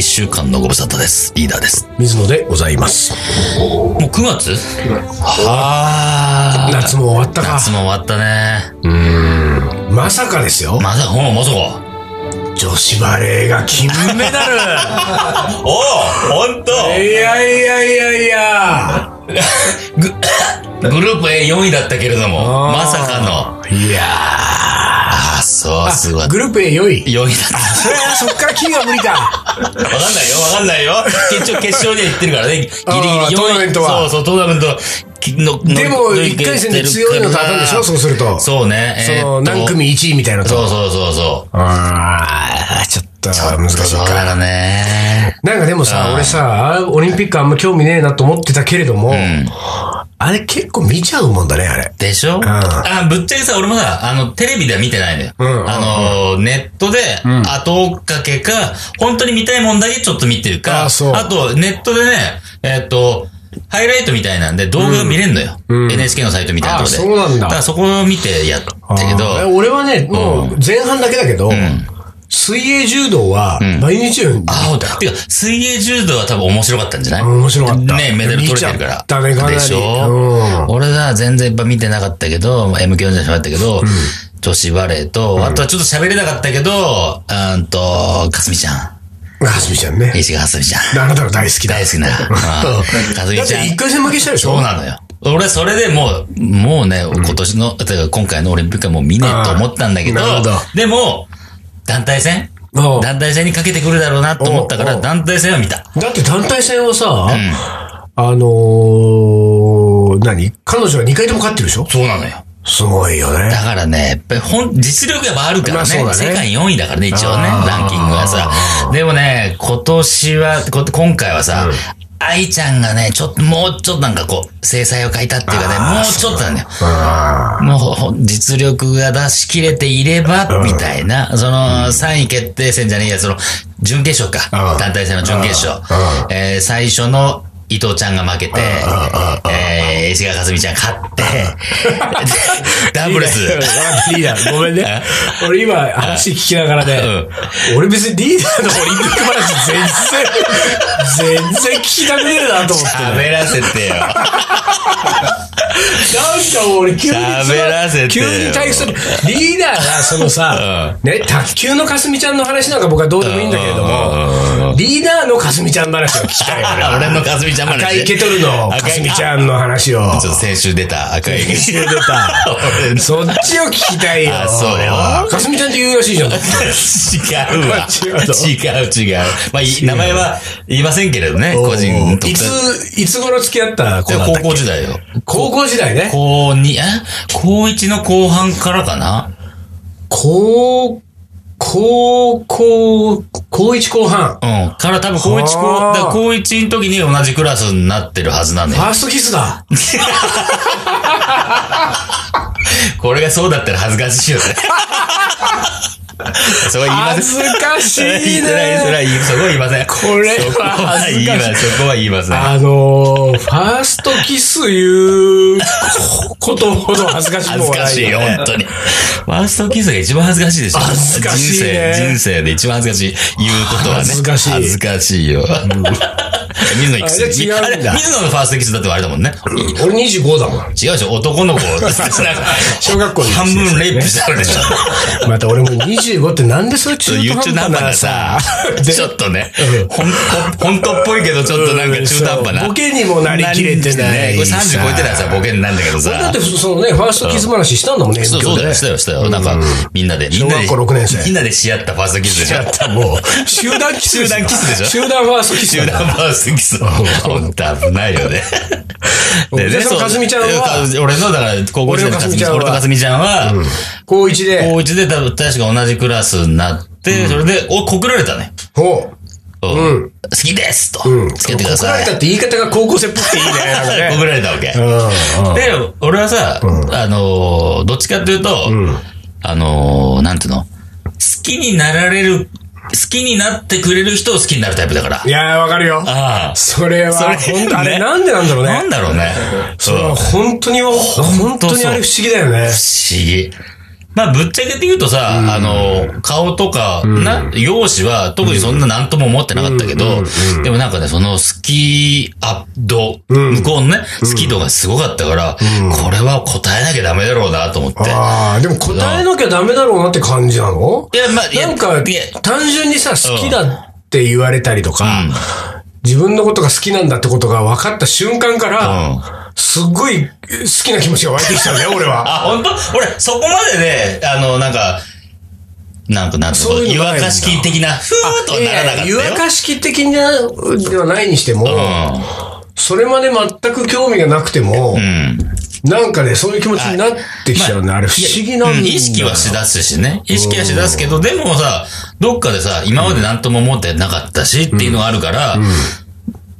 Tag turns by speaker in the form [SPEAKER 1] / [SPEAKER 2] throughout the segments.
[SPEAKER 1] 週間のご無沙汰です。リーダーです。
[SPEAKER 2] 水野でございます。
[SPEAKER 1] もう9月はあ。
[SPEAKER 2] 夏も終わったか。
[SPEAKER 1] 夏も終わったね。
[SPEAKER 2] まさかですよ。
[SPEAKER 1] まさか、ほんまさか。
[SPEAKER 2] 女子バレーが金 メダル。
[SPEAKER 1] おおほんと
[SPEAKER 2] いやいやいやいや。
[SPEAKER 1] グループ A4 位だったけれども、まさかの。
[SPEAKER 2] の。いや
[SPEAKER 1] ああ、そう、すごい
[SPEAKER 2] ー。。グループ A 良い。
[SPEAKER 1] 4位だ っ
[SPEAKER 2] それはそっから金は無理だ。
[SPEAKER 1] た。わかんないよ、わかんないよ。決勝、決勝には行ってるからね。ギリギリ
[SPEAKER 2] あー
[SPEAKER 1] 4位。
[SPEAKER 2] トーナメントは
[SPEAKER 1] そうそう、トーナメントはきの。の
[SPEAKER 2] でも、
[SPEAKER 1] の
[SPEAKER 2] 一回戦で強いのと当たるんでしょそうすると。そ
[SPEAKER 1] そうね。 えーっと
[SPEAKER 2] の、何組1位みたいな
[SPEAKER 1] そう
[SPEAKER 2] と。
[SPEAKER 1] そうそうそう。
[SPEAKER 2] ああ、ちょっと難しい
[SPEAKER 1] そう
[SPEAKER 2] か。
[SPEAKER 1] だね。
[SPEAKER 2] なんかでもさ、俺さ、オリンピックあんま興味ねえなと思ってたけれども、
[SPEAKER 1] うん。
[SPEAKER 2] あれ結構見ちゃうもんだね、あれ。
[SPEAKER 1] でしょ、あ、ぶっちゃけさ、俺もさ、あの、テレビでは見てないのよ。
[SPEAKER 2] んうん
[SPEAKER 1] あの、ネットで、後追っかけか、本当に見たいもんだけちょっと見てるか、
[SPEAKER 2] あそう
[SPEAKER 1] と、ネットでね、えーっと、ハイライトみたいなんで動画が見れんのよ。NHK のサイトみたいなとこで。
[SPEAKER 2] あそうなんだ
[SPEAKER 1] からそこを見てやったけ
[SPEAKER 2] あー
[SPEAKER 1] ど、
[SPEAKER 2] 俺はね、もう前半だけだけど、水泳柔道は毎日のように見
[SPEAKER 1] あ、
[SPEAKER 2] て
[SPEAKER 1] ほんと
[SPEAKER 2] た。
[SPEAKER 1] てか、水泳柔道は多分面白かったんじゃない
[SPEAKER 2] 面白かった。
[SPEAKER 1] ねメダル取れてるから。
[SPEAKER 2] 見ちゃったね、かなり。
[SPEAKER 1] でし
[SPEAKER 2] うん
[SPEAKER 1] ょ、俺は全然やっぱ見てなかったけど、まあ M 教授で喋ったけど、女子バレーと、あとはちょっと喋れなかったけど、うんと、かすみちゃん。
[SPEAKER 2] はすみちゃんね。
[SPEAKER 1] 石川かすみちゃん。
[SPEAKER 2] あなたが大好きだ。
[SPEAKER 1] 大好 きな。うんかすみ
[SPEAKER 2] だっ
[SPEAKER 1] ちゃ
[SPEAKER 2] て
[SPEAKER 1] ん
[SPEAKER 2] 一。回戦負けしたでしょ
[SPEAKER 1] そうなのよ。俺、それでもう、もうね、今年の、例えば今回のオリンピックはもう見ねえと思ったんだけど
[SPEAKER 2] あーなるほど、
[SPEAKER 1] でも、団体戦
[SPEAKER 2] うん
[SPEAKER 1] 団体戦にかけてくるだろうなと思ったか
[SPEAKER 2] おうお
[SPEAKER 1] ら、
[SPEAKER 2] う
[SPEAKER 1] 団体戦は見た。
[SPEAKER 2] だって団体戦はさ、あのー、何彼女は2回とも勝ってるでしょ
[SPEAKER 1] そうなのよ。
[SPEAKER 2] すごいよね
[SPEAKER 1] だ。からね、やっぱりほん、実力があるか
[SPEAKER 2] ま
[SPEAKER 1] ら
[SPEAKER 2] あそ
[SPEAKER 1] ね,、
[SPEAKER 2] うだね
[SPEAKER 1] 世界4位だからね、一応ね、
[SPEAKER 2] あー
[SPEAKER 1] ランキングがさ。でもね、今年は、こ今回はさ、愛ちゃんがね、ちょっと、もうちょっとなんかこう、制裁を書いたっていうかね、もうちょっとなんだよ。
[SPEAKER 2] あ
[SPEAKER 1] もうほほ実力が出し切れていれば、みたいな、その、3位決定戦じゃねえや、その、準決勝
[SPEAKER 2] う
[SPEAKER 1] か。
[SPEAKER 2] ん
[SPEAKER 1] 団体戦の準決勝。えー最初の、伊藤ちゃんが負けて、えー、石川かすみちゃん勝 って、ダ
[SPEAKER 2] ー
[SPEAKER 1] ブルス
[SPEAKER 2] リー。ダーリーダー、ごめんね。俺今話聞きながらね、俺別にリーダーのオリンピック話全然、全然聞きたくねえなと思って。
[SPEAKER 1] 喋らせてよ。
[SPEAKER 2] なんか俺急につま
[SPEAKER 1] 喋らせてよ
[SPEAKER 2] 急に対する。リーダーがそのさ、ね、卓球のかすみちゃんの話なんか僕はどうでもいいんだけれども、リーダーのかすみちゃんの話を聞きたい俺は
[SPEAKER 1] 俺のかすみちゃんまで。
[SPEAKER 2] 赤いケトルのかすみち
[SPEAKER 1] ん。
[SPEAKER 2] ゃんの話を。
[SPEAKER 1] ちょっと先週出た赤い。
[SPEAKER 2] 入れてたそっちを聞きたいよ。
[SPEAKER 1] あそうよ
[SPEAKER 2] かすみちゃんって言うらしいじゃん。
[SPEAKER 1] 違うわ。
[SPEAKER 2] 違う
[SPEAKER 1] 違う違う。まあ、い名前は言いませんけれどね、個人特
[SPEAKER 2] いつ、いつ頃付き合った子だったっ
[SPEAKER 1] 高
[SPEAKER 2] け
[SPEAKER 1] 校時代よ。
[SPEAKER 2] 高校時代ね。
[SPEAKER 1] 高2、え高1の後半からかな
[SPEAKER 2] 高、高校、高一後半。
[SPEAKER 1] うん。から多分高1
[SPEAKER 2] は
[SPEAKER 1] 高、
[SPEAKER 2] あ
[SPEAKER 1] だから高1の時に同じクラスになってるはずなの
[SPEAKER 2] フ
[SPEAKER 1] よ。
[SPEAKER 2] ァーストキスだ。
[SPEAKER 1] これがそうだったら恥ずかしいよね。 そこは言いません。
[SPEAKER 2] 恥ずかしいね
[SPEAKER 1] 言ってない、それは言い、そこは言いません。
[SPEAKER 2] これ
[SPEAKER 1] そこ
[SPEAKER 2] は
[SPEAKER 1] は
[SPEAKER 2] 恥ず
[SPEAKER 1] 言いま
[SPEAKER 2] か
[SPEAKER 1] せ
[SPEAKER 2] し
[SPEAKER 1] ん。
[SPEAKER 2] い。
[SPEAKER 1] そこは言いません。
[SPEAKER 2] あのー、ファーストキス言うことほど恥ずかしい
[SPEAKER 1] 恥
[SPEAKER 2] もん
[SPEAKER 1] ず
[SPEAKER 2] は
[SPEAKER 1] か
[SPEAKER 2] な
[SPEAKER 1] しい
[SPEAKER 2] い
[SPEAKER 1] よ、
[SPEAKER 2] よね。
[SPEAKER 1] 本当に。ワーストキスが一番恥ずかしいでしょ。
[SPEAKER 2] 恥ずかしいね
[SPEAKER 1] 人生、人生で一番恥ずかしい。言うことはね。
[SPEAKER 2] 恥ずかしい
[SPEAKER 1] 恥ずかしいよ。水野いくつ
[SPEAKER 2] あじゃあ違うんだ
[SPEAKER 1] あれ水野のファーストキスだってあれだもんね。
[SPEAKER 2] 俺25だもん。
[SPEAKER 1] 違うでしょ、男の子。小
[SPEAKER 2] 小学校の時
[SPEAKER 1] 半分レイプしてるでしょ。
[SPEAKER 2] また俺も25ってなんでそれ中途
[SPEAKER 1] ユーチュ
[SPEAKER 2] 半
[SPEAKER 1] ーナン
[SPEAKER 2] 端
[SPEAKER 1] バーが
[SPEAKER 2] な
[SPEAKER 1] さ、ちょっとね、ほんほん本当っぽいけど、ちょっとなんか中途半端
[SPEAKER 2] そ
[SPEAKER 1] な。
[SPEAKER 2] うボケにもなりきれてない
[SPEAKER 1] これ30超えてたらさ、ボケになるんだけどさ。
[SPEAKER 2] だって、そのね、ファーストキス話したんだもんね、
[SPEAKER 1] そうそうだよ、したよ、したよ。なんか、みんなで、みんな
[SPEAKER 2] 小
[SPEAKER 1] で、
[SPEAKER 2] 学校6年生
[SPEAKER 1] みんなでし合ったファーストキスでしょ。
[SPEAKER 2] った、もう。集団キス
[SPEAKER 1] 集団キスでしょ
[SPEAKER 2] 集団ファーストキスだ
[SPEAKER 1] 集団
[SPEAKER 2] から。
[SPEAKER 1] ファーストキス。ほんと危ないよ ね。
[SPEAKER 2] でそのかすみちゃんは
[SPEAKER 1] そう俺の、だから、高校時代のかすみちゃん、俺
[SPEAKER 2] 俺の
[SPEAKER 1] とか
[SPEAKER 2] か
[SPEAKER 1] す
[SPEAKER 2] す
[SPEAKER 1] みちゃんは、
[SPEAKER 2] 高一で。
[SPEAKER 1] 高一で多分確か同じクラスになって、それで、お、告られたね。
[SPEAKER 2] ほ
[SPEAKER 1] うん。好きですと
[SPEAKER 2] う。うん。
[SPEAKER 1] つけてください。
[SPEAKER 2] 告られたって言い方が高校生っぽくていいね。 なんかね
[SPEAKER 1] 告られたわけ。
[SPEAKER 2] うんうん
[SPEAKER 1] で、俺はさ、あのー、どっちかっていうと、あのー、なんていうの好きになられる、好きになってくれる人を好きになるタイプだから。
[SPEAKER 2] いやー、わかるよ。
[SPEAKER 1] ああ。
[SPEAKER 2] それは、
[SPEAKER 1] それ
[SPEAKER 2] 本当あ
[SPEAKER 1] ね
[SPEAKER 2] れなんでなんだろう
[SPEAKER 1] な
[SPEAKER 2] ね
[SPEAKER 1] ん。だろうね。
[SPEAKER 2] それは本当に、本当にあれ不思議だよね。
[SPEAKER 1] 不思議。まあ、ぶっちゃけて言うとさ、あの、顔とか、な、容姿は特にそんななんとも思ってなかったけど、でもなんかね、その好きアッド、向こうのね、好き度がすごかったから、これは答えなきゃダメだろうなと思って。
[SPEAKER 2] ああ、でも答えなきゃダメだろうなって感じなの
[SPEAKER 1] いや、まあ、いや
[SPEAKER 2] なんか
[SPEAKER 1] いや、
[SPEAKER 2] 単純にさ、好きだって言われたりとか、自分のことが好きなんだってことが分かった瞬間から、
[SPEAKER 1] うん
[SPEAKER 2] すっごい好きな気持ちが湧いてきた ね、俺は。
[SPEAKER 1] あ、本当？俺、そこまでで、あの、なんか、なんか、なんか
[SPEAKER 2] そういう
[SPEAKER 1] 湯
[SPEAKER 2] のない
[SPEAKER 1] 沸
[SPEAKER 2] んだ
[SPEAKER 1] かし器的な、ふーっとはならなかったよ。
[SPEAKER 2] 湯沸かし器的なではないにしても、それまで全く興味がなくても
[SPEAKER 1] う、ん。
[SPEAKER 2] なんかね、そういう気持ちになってきちゃうね。あれ不思議なんだ
[SPEAKER 1] う
[SPEAKER 2] よ
[SPEAKER 1] ん意識はしだすしね。意識はしだすけど、でもさ、どっかでさ、今まで何とも思ってなかったしっていうのがあるから、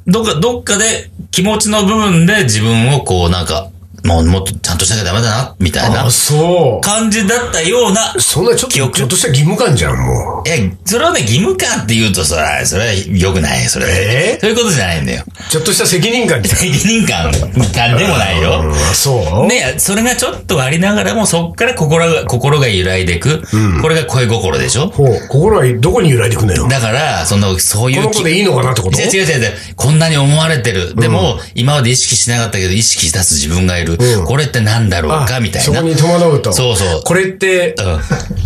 [SPEAKER 1] どっか、どっかで気持ちの部分で自分をこう、なんか、もうもっとちゃんとしなきゃダメだな、みたいな
[SPEAKER 2] あ、そう。
[SPEAKER 1] 感じだったような、
[SPEAKER 2] そんなちょっ
[SPEAKER 1] 記
[SPEAKER 2] と、
[SPEAKER 1] 憶
[SPEAKER 2] ちょっとした義務感じゃん、もう。
[SPEAKER 1] いや、それはね、義務感って言うとさ、それは良くない、それ。
[SPEAKER 2] えー
[SPEAKER 1] そういうことじゃないんだよ。
[SPEAKER 2] ちょっとした責任感じゃん。
[SPEAKER 1] 責任感感でもないよ。
[SPEAKER 2] あそう
[SPEAKER 1] ねそれがちょっとありながらも、そっから心が、心が揺らいでいく。これが恋心でしょ
[SPEAKER 2] ほう、心はどこに揺らいでくんだよ。こ
[SPEAKER 1] だから、その、そういう
[SPEAKER 2] の
[SPEAKER 1] き
[SPEAKER 2] 子でいいのかなってこと
[SPEAKER 1] 違う違う違う違う。こんなに思われてる。でも、今まで意識しなかったけど、意識し出す自分がいる。
[SPEAKER 2] うん
[SPEAKER 1] これって何だろうかみたい
[SPEAKER 2] そこ
[SPEAKER 1] な。
[SPEAKER 2] に戸惑うと。
[SPEAKER 1] そうそう
[SPEAKER 2] これって、
[SPEAKER 1] うん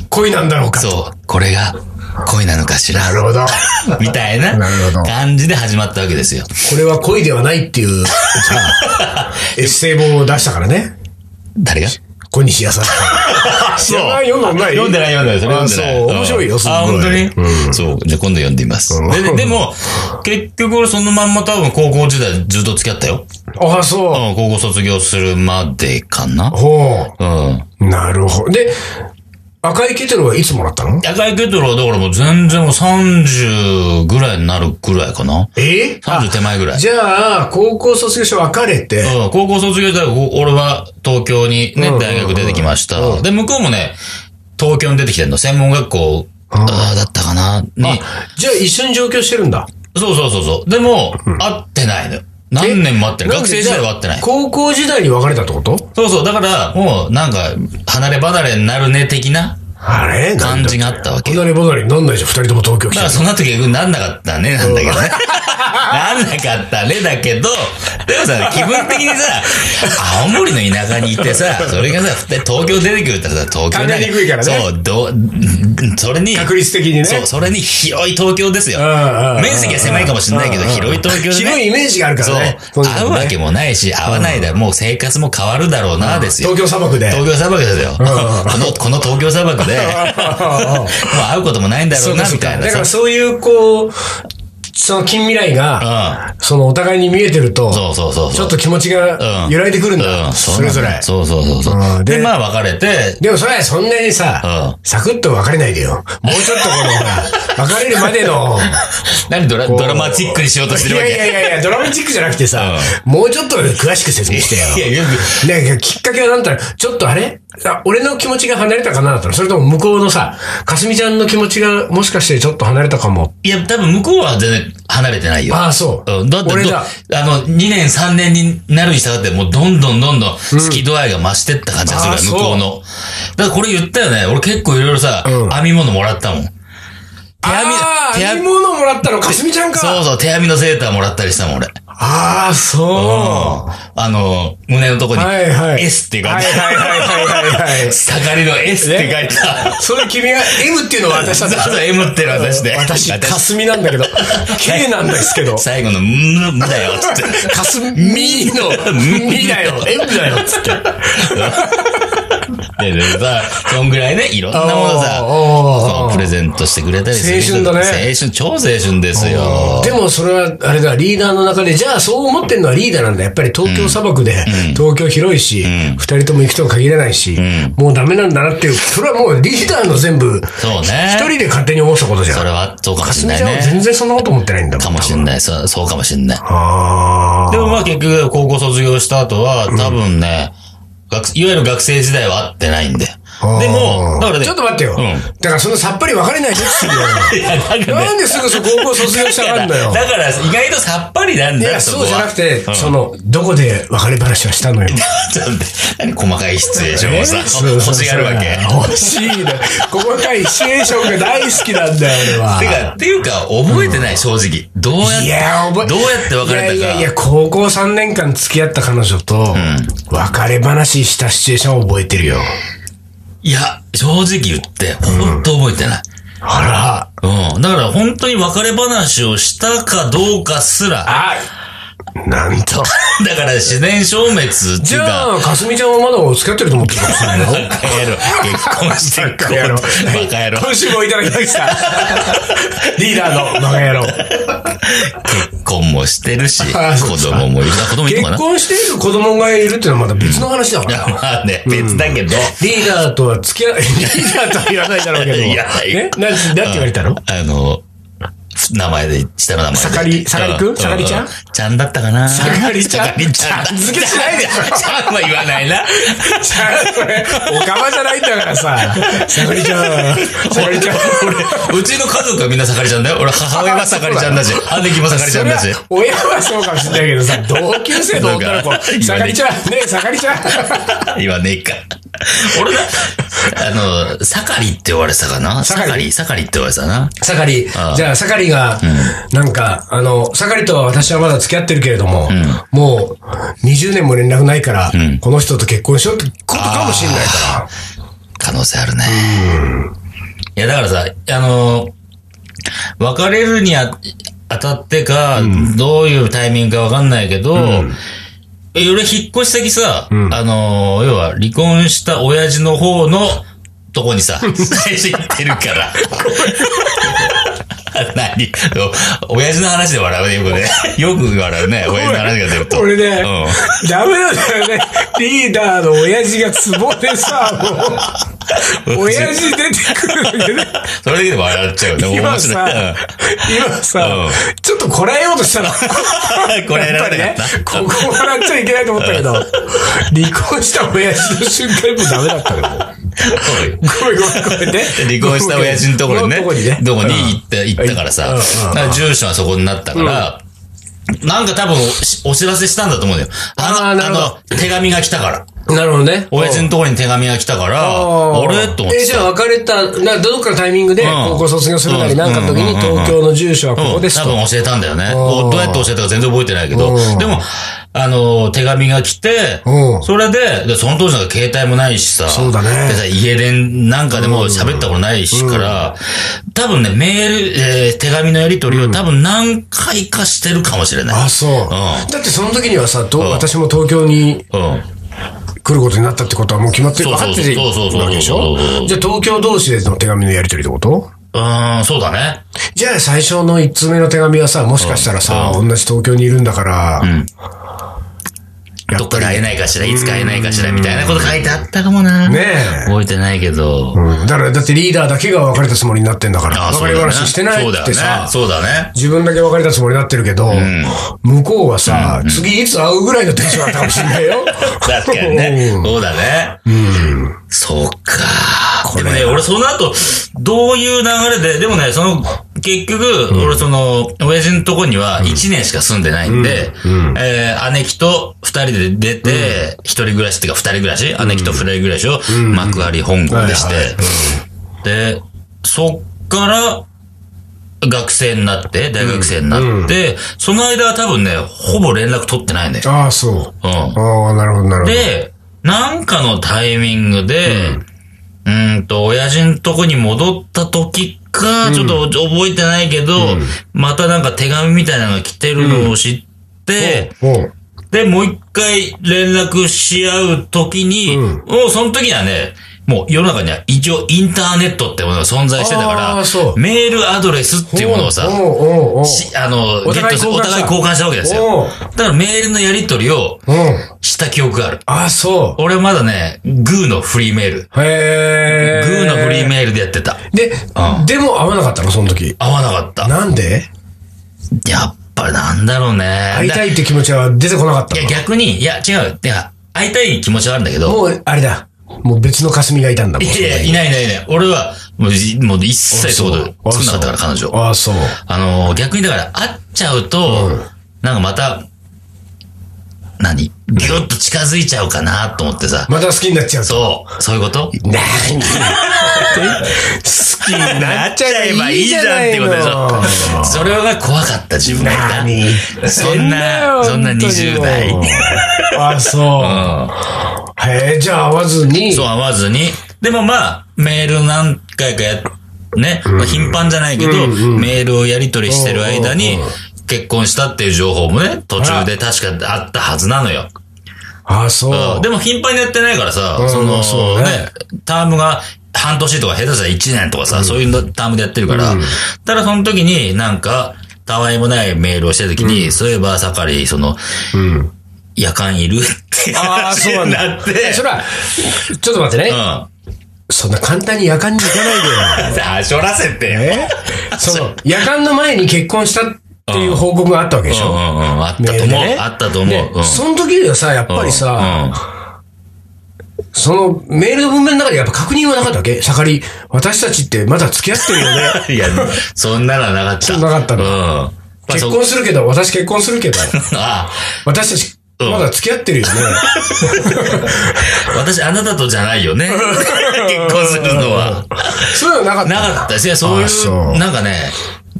[SPEAKER 2] 恋なんだろうか。
[SPEAKER 1] そう。これが恋なのかしら
[SPEAKER 2] なるほど。
[SPEAKER 1] みたいな
[SPEAKER 2] なるほど
[SPEAKER 1] 感じで始まったわけですよ。
[SPEAKER 2] これは恋ではないっていう、さ、エッセイ本を出したからね。
[SPEAKER 1] 誰が
[SPEAKER 2] 小西康さん。知らない読んだない
[SPEAKER 1] 読んでない読んでない、それ読んでない。
[SPEAKER 2] あそう面白いよ
[SPEAKER 1] うん
[SPEAKER 2] すごい
[SPEAKER 1] あ、本当にそう。じゃあ今度読んでみます。
[SPEAKER 2] うん
[SPEAKER 1] ででも、結局俺そのまんま多分高校時代ずっと付き合ったよ。
[SPEAKER 2] ああ、そう。
[SPEAKER 1] うん、高校卒業するまでかな。
[SPEAKER 2] ほ
[SPEAKER 1] うん。
[SPEAKER 2] う。なるほど。で、赤いケトルはいつもらったの
[SPEAKER 1] 赤いケトルはだからもう全然もう30ぐらいになるぐらいかな。
[SPEAKER 2] えーあ
[SPEAKER 1] 30手前ぐらい。
[SPEAKER 2] じゃあ、高校卒業して別れて、
[SPEAKER 1] うん、高校卒業したら、こう俺は東京にね、
[SPEAKER 2] うん
[SPEAKER 1] 大学出てきました。で、向こうもね、東京に出てきてんの。専門学校、あーだったかな、に。
[SPEAKER 2] じゃあ一緒に上京してるんだ。
[SPEAKER 1] そうそうそうそう。でも、会ってないのよ。何年も会ってない。学生時代は会ってない。
[SPEAKER 2] 高校時代に別れたってこと
[SPEAKER 1] そうそう。だから、もう、なんか、離れ離れになるね、的な
[SPEAKER 2] あれ
[SPEAKER 1] 感じがあったわけ。だ
[SPEAKER 2] 離れ離れになんないじゃん、二人とも東京来
[SPEAKER 1] から、
[SPEAKER 2] た
[SPEAKER 1] そんな時はなんなかった ね、なんだけどね。なんなかったね、だけど、でもさ、気分的にさ、青森の田舎にいてさ、それがさ、で東京出てくるってさ、東京
[SPEAKER 2] 考えにくいからね
[SPEAKER 1] そう、どう、んそれに、
[SPEAKER 2] 確率的にね。
[SPEAKER 1] そう、それに広い東京ですよ
[SPEAKER 2] うんうんう。ん
[SPEAKER 1] 面積は狭いかもしれないけど、
[SPEAKER 2] うんうん
[SPEAKER 1] 広い東京でね。
[SPEAKER 2] 広いイメージがあるからね。
[SPEAKER 1] そう。会うわけもないし、会わないだ、もう生活も変わるだろうな、ですよ。
[SPEAKER 2] 東京砂漠で。
[SPEAKER 1] 東京砂漠ですよ。この、この東京砂漠で、もう会うこともないんだろうな、みたいな。
[SPEAKER 2] だから
[SPEAKER 1] そ
[SPEAKER 2] そういう、こう、その近未来が、そのお互いに見えてると、
[SPEAKER 1] うそうそうそう。
[SPEAKER 2] ちょっと気持ちが
[SPEAKER 1] うん
[SPEAKER 2] 揺らいでくるん
[SPEAKER 1] う
[SPEAKER 2] だ。
[SPEAKER 1] ん、
[SPEAKER 2] それぞれ。
[SPEAKER 1] そうそうそうそうう。
[SPEAKER 2] ん
[SPEAKER 1] で、
[SPEAKER 2] で
[SPEAKER 1] まあ別れて、
[SPEAKER 2] でもそれはそんなにさ
[SPEAKER 1] う、
[SPEAKER 2] サクッと別れないでよ。もうちょっとこのほら、別れるまでの、
[SPEAKER 1] 何ドラ
[SPEAKER 2] こう
[SPEAKER 1] ドラマチックにしようとしてるわけ
[SPEAKER 2] いやいやいやいや、ドラマチックじゃなくてさ、もうちょっと詳しく説明してよ。
[SPEAKER 1] いやよく
[SPEAKER 2] ねきっかけはなんだろうちょっとあれあ俺の気持ちが離れたかなだったのそれとも向こうのさ、かすみちゃんの気持ちがもしかしてちょっと離れたかも。
[SPEAKER 1] いや、多分向こうは全然離れてないよ。
[SPEAKER 2] ああ、そう。
[SPEAKER 1] うん、だってど
[SPEAKER 2] 俺だ
[SPEAKER 1] あ。の、2年、3年になるに従って、もうどんどんどんどん好き度合いが増してった感じがするから、
[SPEAKER 2] ああ
[SPEAKER 1] 向こうの。だからこれ言ったよね。俺結構いろいろさ、
[SPEAKER 2] うん
[SPEAKER 1] 編み物もらったもん。手編み
[SPEAKER 2] あ、あ、
[SPEAKER 1] 手
[SPEAKER 2] 編
[SPEAKER 1] 編
[SPEAKER 2] み物もらったのかすみちゃんか。
[SPEAKER 1] そうそう、手編みのセーターもらったりしたもん、俺。
[SPEAKER 2] ああ、そう。
[SPEAKER 1] あの、胸のとこに、
[SPEAKER 2] はいはい。
[SPEAKER 1] S って書いてあ
[SPEAKER 2] はいはいはいはいはいは
[SPEAKER 1] る。
[SPEAKER 2] い。
[SPEAKER 1] 下がりの S って書いてある。
[SPEAKER 2] それ君が M っていうのは私だ
[SPEAKER 1] そ
[SPEAKER 2] っ
[SPEAKER 1] う
[SPEAKER 2] た
[SPEAKER 1] そう、M ってのは私で。
[SPEAKER 2] 私、かすみなんだけど、K なんですけど。
[SPEAKER 1] 最後の、んむだよ、つって。
[SPEAKER 2] かすみの、みだよ、M だよ、つって。
[SPEAKER 1] で、でさ、そんぐらいね、いろんなものさ、
[SPEAKER 2] おーおー
[SPEAKER 1] そうプレゼントしてくれたりする。
[SPEAKER 2] 青春だね
[SPEAKER 1] 青春、超青春ですよ。
[SPEAKER 2] でもそれは、あれだ、リーダーの中で、じゃあそう思ってんのはリーダーなんだ。やっぱり東京砂漠で、東京広いし、二、人とも行くとは限らないし、もうダメなんだなっていう、それはもうリーダーの全部、
[SPEAKER 1] そうね。
[SPEAKER 2] 一人で勝手に思ったことじゃん。
[SPEAKER 1] それは、そうかも
[SPEAKER 2] か
[SPEAKER 1] し
[SPEAKER 2] す
[SPEAKER 1] ん
[SPEAKER 2] み
[SPEAKER 1] な
[SPEAKER 2] ち
[SPEAKER 1] い
[SPEAKER 2] ゃんは
[SPEAKER 1] ね。
[SPEAKER 2] 全然そんなこと思ってないんだも
[SPEAKER 1] か
[SPEAKER 2] ん。
[SPEAKER 1] もしんない。そうそうかもしんない。
[SPEAKER 2] あ
[SPEAKER 1] でもまあ結局、高校卒業した後は、多分ね、学いわゆる学生時代は会ってないんで。
[SPEAKER 2] あ。あー
[SPEAKER 1] でも、だからね。
[SPEAKER 2] ちょっと待ってよ。
[SPEAKER 1] うん
[SPEAKER 2] だからそんなさっぱり分かれないでって 言
[SPEAKER 1] だから
[SPEAKER 2] うのよなんですぐそう高校卒業したがるんだ よ。
[SPEAKER 1] だから、意外とさっぱりなん
[SPEAKER 2] い
[SPEAKER 1] だよ、
[SPEAKER 2] や、
[SPEAKER 1] こ
[SPEAKER 2] そ
[SPEAKER 1] は
[SPEAKER 2] うじゃなくて、
[SPEAKER 1] うん
[SPEAKER 2] その、どこで別れ話をしたのよ。
[SPEAKER 1] ちょっと待って何細かいシチュエーションをさ、
[SPEAKER 2] そうそうそう
[SPEAKER 1] 欲しがるわけ。
[SPEAKER 2] 欲しいな。細かいシチュエーションが大好きなんだよ、俺は。
[SPEAKER 1] てか、っていうか、覚えてない、正直。どうやって、
[SPEAKER 2] いや覚え
[SPEAKER 1] どうやって別れたか。
[SPEAKER 2] いやいやいや、高校3年間付き合った彼女と、別れ話したシチュエーションを覚えてるよ。
[SPEAKER 1] いや正直言って、ほんと覚えてない。
[SPEAKER 2] あ
[SPEAKER 1] うん。だから、本当に別れ話をしたかどうかすら。
[SPEAKER 2] ら。あなんと。
[SPEAKER 1] だから、自然消滅って
[SPEAKER 2] じ
[SPEAKER 1] いう
[SPEAKER 2] ゃ
[SPEAKER 1] か、
[SPEAKER 2] あ、かすみちゃんはまだお付き合ってると思って たんですよ。
[SPEAKER 1] バカ野郎、結婚していこ
[SPEAKER 2] バカ野郎
[SPEAKER 1] う。バカ野郎。
[SPEAKER 2] 今週もいただきま した。リーダーのバカ野郎。
[SPEAKER 1] 結婚もしてるし、
[SPEAKER 2] あそう
[SPEAKER 1] 子
[SPEAKER 2] ですか
[SPEAKER 1] 供もいるな。子供いるの
[SPEAKER 2] 結
[SPEAKER 1] かな
[SPEAKER 2] 婚している子供がいるっていうのはまだ別の話だか
[SPEAKER 1] いや
[SPEAKER 2] ら。
[SPEAKER 1] まあね、別だけど。
[SPEAKER 2] リーダーとは付き 合い、リーダーとは言わないだろうけど。
[SPEAKER 1] いやいや
[SPEAKER 2] ねなんなんて言われたの
[SPEAKER 1] あの、名前で、下の名前で。
[SPEAKER 2] さかりさかりくん
[SPEAKER 1] う
[SPEAKER 2] さかりちゃん
[SPEAKER 1] うちゃんだったかなさ
[SPEAKER 2] かりちゃん
[SPEAKER 1] さかりちゃん。
[SPEAKER 2] ちゃん付けしないでしょ
[SPEAKER 1] ちゃんは言わないな。
[SPEAKER 2] ちゃん、これ、おかまじゃないんだからさ。さかりちゃん、さかりちゃん、
[SPEAKER 1] うちの家族はみんなさかりちゃんだよ。俺、母親はさかりちゃん だし、姉貴もさかりちゃんだし。
[SPEAKER 2] それは親はそうかもしれないけどさ、同級生の女の
[SPEAKER 1] そうか
[SPEAKER 2] 子、さかりちゃん、ねえ、さかりち ゃん。
[SPEAKER 1] 言わねえか。俺な、あの、さかりって言われてたかなさ
[SPEAKER 2] さかり
[SPEAKER 1] かり、さかりって言われてたな。
[SPEAKER 2] さかり、じ
[SPEAKER 1] ああ
[SPEAKER 2] ゃあ、さかりが、なんか、あの、さかりとは私はまだ付き合ってるけれども、もう、20年も連絡ないから、この人と結婚しようってことかもしれないから。
[SPEAKER 1] 可能性あるね。いや、だからさ、あの、別れるにあ当たってか、どういうタイミングかわかんないけど、え俺引っ越し先さ、あの、要は離婚した親父の方のとこに さ、最初行ってるから。 何親父の話で笑うね、よくね。よく笑うね、親父の話が出ると。
[SPEAKER 2] 俺ね
[SPEAKER 1] うん、
[SPEAKER 2] ダメなんだよね。リーダーの親父がツボでさ、 もう、親父出てくるんだけど、
[SPEAKER 1] それだけで笑っちゃうよね。
[SPEAKER 2] 今
[SPEAKER 1] 面白い。うん
[SPEAKER 2] さ、今さ
[SPEAKER 1] うん、
[SPEAKER 2] ちょっとこらえようとしたら、
[SPEAKER 1] これ
[SPEAKER 2] や
[SPEAKER 1] 選
[SPEAKER 2] っぱり
[SPEAKER 1] べな
[SPEAKER 2] ね
[SPEAKER 1] かっ、
[SPEAKER 2] こ
[SPEAKER 1] た。
[SPEAKER 2] こ笑っちゃいけないと思ったけど、離婚した親父の瞬間もうダメだった のよ。
[SPEAKER 1] そうよ
[SPEAKER 2] ごめんごめんごめんね。
[SPEAKER 1] 離婚した親父のとこ ろにね、
[SPEAKER 2] どこにね。
[SPEAKER 1] どこに行った、行ったから
[SPEAKER 2] うん
[SPEAKER 1] さ
[SPEAKER 2] うん、
[SPEAKER 1] だから住所はそこになったから、なんか多分おお知らせしたんだと思うんだよ。
[SPEAKER 2] あ
[SPEAKER 1] あ
[SPEAKER 2] ー
[SPEAKER 1] の、
[SPEAKER 2] なるほど
[SPEAKER 1] あの、手紙が来たから。
[SPEAKER 2] なるほどね。
[SPEAKER 1] 親父のところに手紙が来たから、あれと思っ
[SPEAKER 2] え、
[SPEAKER 1] て。
[SPEAKER 2] じゃあ別れた、な、どっかのタイミングで、
[SPEAKER 1] ん
[SPEAKER 2] 高校卒業するなりなんかの時に、
[SPEAKER 1] うんうんうんうん
[SPEAKER 2] 東京の住所はこ
[SPEAKER 1] う
[SPEAKER 2] こ
[SPEAKER 1] ん、
[SPEAKER 2] です
[SPEAKER 1] 多
[SPEAKER 2] と。
[SPEAKER 1] 分教えたんだよね。
[SPEAKER 2] うん
[SPEAKER 1] どうやって教えたか全然覚えてないけど
[SPEAKER 2] うん。
[SPEAKER 1] でも、あの、手紙が来て
[SPEAKER 2] う、ん
[SPEAKER 1] それで、でその当時なんか携帯もないしさ、
[SPEAKER 2] そうだね
[SPEAKER 1] でさ家電なんかでも喋ったことないしから、多分ね、メール、えー手紙のやり取りを多分何回かしてるかもしれない。
[SPEAKER 2] あ、そう。だってその時にはさ、と私も東京に
[SPEAKER 1] うん。
[SPEAKER 2] 来ることになったってことはもう決まってる。
[SPEAKER 1] そ
[SPEAKER 2] 分
[SPEAKER 1] うそう
[SPEAKER 2] かってる
[SPEAKER 1] そうそうそう
[SPEAKER 2] わけでしょ
[SPEAKER 1] そうそうそう
[SPEAKER 2] じゃあ東京同士での手紙のやり取りってこと
[SPEAKER 1] うん、そうだね。
[SPEAKER 2] じゃあ最初の一通目の手紙はさ、もしかしたらさ、同じ東京にいるんだから、や
[SPEAKER 1] どっ
[SPEAKER 2] っぱ
[SPEAKER 1] かで
[SPEAKER 2] り
[SPEAKER 1] 会えないかしら、いつか会えないかしら、みたいなこと書いてあったかもな。
[SPEAKER 2] ねえ
[SPEAKER 1] 覚えてないけど。
[SPEAKER 2] うんだから、だってリーダーだけが別れたつもりになってんだから、
[SPEAKER 1] あ
[SPEAKER 2] 別
[SPEAKER 1] そうだ
[SPEAKER 2] れ
[SPEAKER 1] ね
[SPEAKER 2] 話してないってさ、
[SPEAKER 1] そうだね。そうだね。
[SPEAKER 2] 自分だけ別れたつもりになってるけど、向こうはさ、次いつ会うぐらいのテンションだったかもしれない よ。
[SPEAKER 1] 確かにね
[SPEAKER 2] う。ん
[SPEAKER 1] そうだね。そうか。でもね、俺その後、どういう流れで、でもね、その、結局、俺その、親父のとこには1年しか住んでないんで、えー姉貴と2人で出て、一人暮らしっていうか2人暮らし、姉貴と2人暮らしを幕張本郷でして、
[SPEAKER 2] はいはい
[SPEAKER 1] で、そっから、学生になって、大学生になって、その間は多分ね、ほぼ連絡取ってないんだよ。
[SPEAKER 2] ああ、そう。
[SPEAKER 1] うん。
[SPEAKER 2] ああ、なるほど、なるほど。
[SPEAKER 1] で、なんかのタイミングで、うーん、と、親父のとこに戻った時か、ちょっと覚えてないけど、またなんか手紙みたいなのが来てるのを知って、
[SPEAKER 2] おう
[SPEAKER 1] で、もう一回連絡し合う時に、もうその時はね、もう世の中には一応インターネットってものが存在してたか
[SPEAKER 2] あーそ
[SPEAKER 1] ら、
[SPEAKER 2] う
[SPEAKER 1] メールアドレスっていうものをさ、
[SPEAKER 2] おうおうおう
[SPEAKER 1] しあの、
[SPEAKER 2] お
[SPEAKER 1] ゲッ
[SPEAKER 2] 互
[SPEAKER 1] ト
[SPEAKER 2] い
[SPEAKER 1] して、
[SPEAKER 2] 交換した
[SPEAKER 1] お互い交換したわけです
[SPEAKER 2] お
[SPEAKER 1] よ
[SPEAKER 2] う。
[SPEAKER 1] だからメールのやり取りを
[SPEAKER 2] うん。
[SPEAKER 1] した記憶がある。
[SPEAKER 2] ああ、そ
[SPEAKER 1] 俺まだね、グーのフリーメール。
[SPEAKER 2] う。へえ。
[SPEAKER 1] グーのフリーメールでやってた。
[SPEAKER 2] で、
[SPEAKER 1] う
[SPEAKER 2] でも会わなかったの、その時。
[SPEAKER 1] 合わなかった。
[SPEAKER 2] なんで
[SPEAKER 1] やっぱなんだろうね。
[SPEAKER 2] 会いた
[SPEAKER 1] だい
[SPEAKER 2] いって気持ちは出てこなかったの
[SPEAKER 1] や、逆に、いや、違う。いや、会いたい気持ちはあるんだけど、
[SPEAKER 2] もう、あれだ。もう別の霞がいたんだもん。
[SPEAKER 1] いやいや、いないいないいない。俺は、もうい、もう一切そういうこと作んなかったから、彼女。
[SPEAKER 2] ああ、そう。
[SPEAKER 1] あのー、逆にだから、会っちゃうと、なんかまた、何ぎゅっと近づいちゃうかなと思ってさ。
[SPEAKER 2] また好きになっちゃう。
[SPEAKER 1] そう、そういう こと
[SPEAKER 2] なに好きになっちゃえばいいじゃない
[SPEAKER 1] ってことでし
[SPEAKER 2] の。
[SPEAKER 1] ょ。それが怖かった、自分が。そんな、そんな20代。うん。
[SPEAKER 2] あ、そう。へえ、じゃあ会わずに。
[SPEAKER 1] そう、会わずに。でもまあ、メール何回かやっ、ね、まあ、頻繁じゃないけど、メールをやり取りしてる間に、結婚したっていう情報もね、途中で確かあったはずなのよ。
[SPEAKER 2] あ、そう。
[SPEAKER 1] でも頻繁にやってないからさ、
[SPEAKER 2] ん
[SPEAKER 1] その、
[SPEAKER 2] そうね
[SPEAKER 1] ねタームが半年とか下手したら1年とかさ、そういうのタームでやってるから、ただその時になんか、たわいもないメールをした時に、そういえば、さかり、その、
[SPEAKER 2] うん。
[SPEAKER 1] 夜間いるって
[SPEAKER 2] ああ、
[SPEAKER 1] 話
[SPEAKER 2] そうなん
[SPEAKER 1] に
[SPEAKER 2] だ。
[SPEAKER 1] なって、
[SPEAKER 2] えそら、ちょっと待って
[SPEAKER 1] うん。
[SPEAKER 2] ね。
[SPEAKER 1] あ
[SPEAKER 2] そんな簡単に夜間に行かないでよ。
[SPEAKER 1] しょらせてよ。
[SPEAKER 2] えその、夜間の前に結婚したっていう報告があったわけでし
[SPEAKER 1] うんう
[SPEAKER 2] ょ。
[SPEAKER 1] んうん。あった
[SPEAKER 2] メー
[SPEAKER 1] と
[SPEAKER 2] ルで
[SPEAKER 1] 思う
[SPEAKER 2] ね。
[SPEAKER 1] あったと思う。
[SPEAKER 2] で
[SPEAKER 1] うん
[SPEAKER 2] その時にはさ、やっぱりさ、そのメールの文面の中でやっぱ確認はなかったわけ盛り、私たちってまだ付き合ってるよね。
[SPEAKER 1] うん。いや、そんなのはなかった。
[SPEAKER 2] なかったの
[SPEAKER 1] うん。 まあ
[SPEAKER 2] 結
[SPEAKER 1] そ
[SPEAKER 2] 婚するけど、私結婚する けど、
[SPEAKER 1] あ
[SPEAKER 2] 私たちまだ付き合って るよね。
[SPEAKER 1] 私、あなたとじゃないよね。結婚するのは。
[SPEAKER 2] そういうのなかった。
[SPEAKER 1] なかったし、いやそうい
[SPEAKER 2] あそう
[SPEAKER 1] う、なんかね、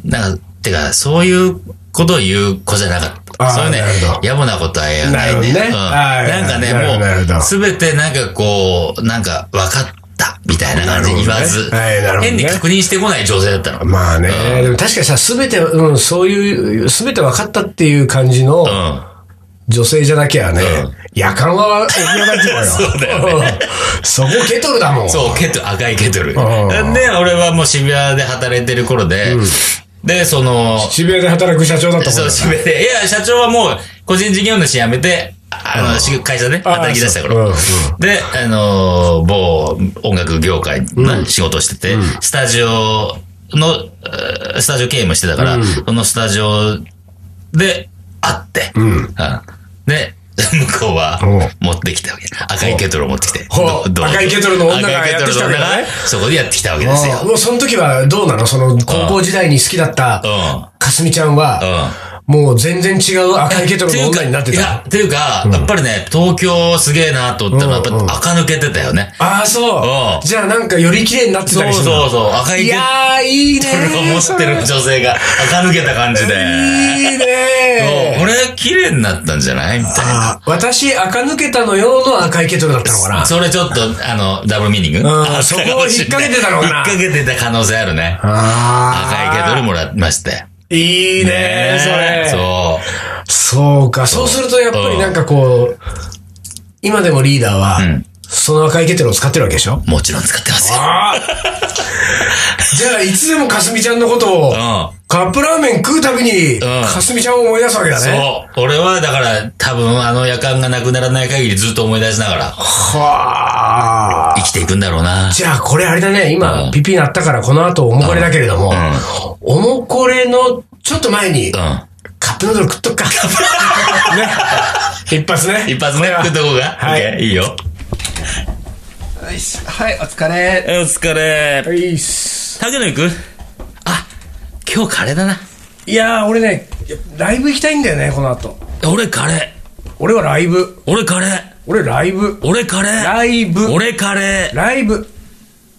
[SPEAKER 1] なんか、てか、そういうことを言う子じゃなかった。
[SPEAKER 2] あ
[SPEAKER 1] そういうね
[SPEAKER 2] なるほど、
[SPEAKER 1] 野暮なことは言わないね。
[SPEAKER 2] なるほどね
[SPEAKER 1] うん
[SPEAKER 2] はい
[SPEAKER 1] なんかね、
[SPEAKER 2] なるほどなるほど
[SPEAKER 1] もう、すべてなんかこう、なんか、分かった、みたいな感じに言わ
[SPEAKER 2] なる
[SPEAKER 1] ず、
[SPEAKER 2] ほどねはいなるほどね
[SPEAKER 1] 変に確認してこない女性だったの。
[SPEAKER 2] まあね、でも確かにさ、すべて、うん、そういう、すべて分かったっていう感じの
[SPEAKER 1] う
[SPEAKER 2] 女性じゃなきゃね、
[SPEAKER 1] うん
[SPEAKER 2] 夜間は起き上がっちゃうよ。
[SPEAKER 1] そうだよね
[SPEAKER 2] うんそこケトルだもん。
[SPEAKER 1] ん。そう、ケトル、赤いケトル。で、
[SPEAKER 2] ん
[SPEAKER 1] 俺はもう渋谷で働いてる頃で、で、その、
[SPEAKER 2] 渋谷で働く社長だったもん
[SPEAKER 1] そう、締めて。いや、社長はもう、個人事業主辞めて、あの、し会社で働き出した
[SPEAKER 2] うんう
[SPEAKER 1] 頃
[SPEAKER 2] ん。
[SPEAKER 1] で、あのー、某音楽業界の仕事をしてて、スタジオの、えースタジオ経営もしてたから、そのスタジオで会って、うんで、 向こうは
[SPEAKER 2] おう
[SPEAKER 1] 持ってきたわけ。赤いケトルを持ってきて。
[SPEAKER 2] ほう
[SPEAKER 1] どど
[SPEAKER 2] 赤いケトルの女が
[SPEAKER 1] 赤いケトルの女が
[SPEAKER 2] やってきたわけだね
[SPEAKER 1] そこでやってきたわけですよ。
[SPEAKER 2] うんもうその時はどうなのその高校時代に好きだった
[SPEAKER 1] うん。
[SPEAKER 2] かすみちゃんは、もう全然違う赤いケトルの女になって
[SPEAKER 1] い
[SPEAKER 2] た。
[SPEAKER 1] や、っていうか、やっぱりね、東京すげえなと思ったら、やっぱ垢抜けてたよね。
[SPEAKER 2] ああ、そうう。
[SPEAKER 1] ん
[SPEAKER 2] じゃあなんかより綺麗になって
[SPEAKER 1] そ
[SPEAKER 2] た
[SPEAKER 1] う
[SPEAKER 2] りする
[SPEAKER 1] そうそう、赤い
[SPEAKER 2] い
[SPEAKER 1] 毛を
[SPEAKER 2] やー、いいねー。
[SPEAKER 1] 持ってる女性が垢抜けた感じ
[SPEAKER 2] い
[SPEAKER 1] で。
[SPEAKER 2] い
[SPEAKER 1] そう
[SPEAKER 2] ねー。
[SPEAKER 1] 俺、綺麗になったんじゃないみたいな。
[SPEAKER 2] あ私、垢抜けたのようの赤いケトルだったのかな。
[SPEAKER 1] それちょっと、あの、ダブルミーニング
[SPEAKER 2] ん
[SPEAKER 1] あ
[SPEAKER 2] そこを引っ掛けてたのかな
[SPEAKER 1] 引っ掛けてた可能性あるね。赤い
[SPEAKER 2] あ
[SPEAKER 1] 毛
[SPEAKER 2] あ。
[SPEAKER 1] 取りもらいまして。
[SPEAKER 2] いいね
[SPEAKER 1] え
[SPEAKER 2] ー、それ。
[SPEAKER 1] そう。
[SPEAKER 2] そうか。そうすると、やっぱりなんかこう、今でもリーダーは、
[SPEAKER 1] ん
[SPEAKER 2] その赤いケトルを使ってるわけでしょ
[SPEAKER 1] もちろん使ってますよ。
[SPEAKER 2] ああ じゃあ、いつでもかすみちゃんのことを、
[SPEAKER 1] うん。
[SPEAKER 2] カップラーメン食うたびに、かすみちゃんを思い出すわけだね。
[SPEAKER 1] そう。俺は、だから、多分、あの夜間がなくならない限りずっと思い出しながら、
[SPEAKER 2] はあ。
[SPEAKER 1] 生きていくんだろうな。
[SPEAKER 2] じゃあ、これあれだね。今、
[SPEAKER 1] うん
[SPEAKER 2] ピピなったから、この後、おもこれだけれども、おもこれの、ちょっと前に、
[SPEAKER 1] うん。
[SPEAKER 2] カップヌードル食っとく か。ね。一発ね。
[SPEAKER 1] 一発目
[SPEAKER 2] これは
[SPEAKER 1] 行くとこが、
[SPEAKER 2] はい
[SPEAKER 1] い、いいよ。
[SPEAKER 2] よいしょはい、お疲れ。
[SPEAKER 1] お疲れ。
[SPEAKER 2] よいっす
[SPEAKER 1] 竹野行くあ、今日カレーだな。
[SPEAKER 2] いやー、俺ね、ライブ行きたいんだよね、この後。
[SPEAKER 1] 俺カレ
[SPEAKER 2] 俺はライブ。
[SPEAKER 1] ー。俺カレー。
[SPEAKER 2] 俺ライブ。
[SPEAKER 1] 俺カレー。
[SPEAKER 2] ライブ。
[SPEAKER 1] 俺カレ
[SPEAKER 2] ライブ。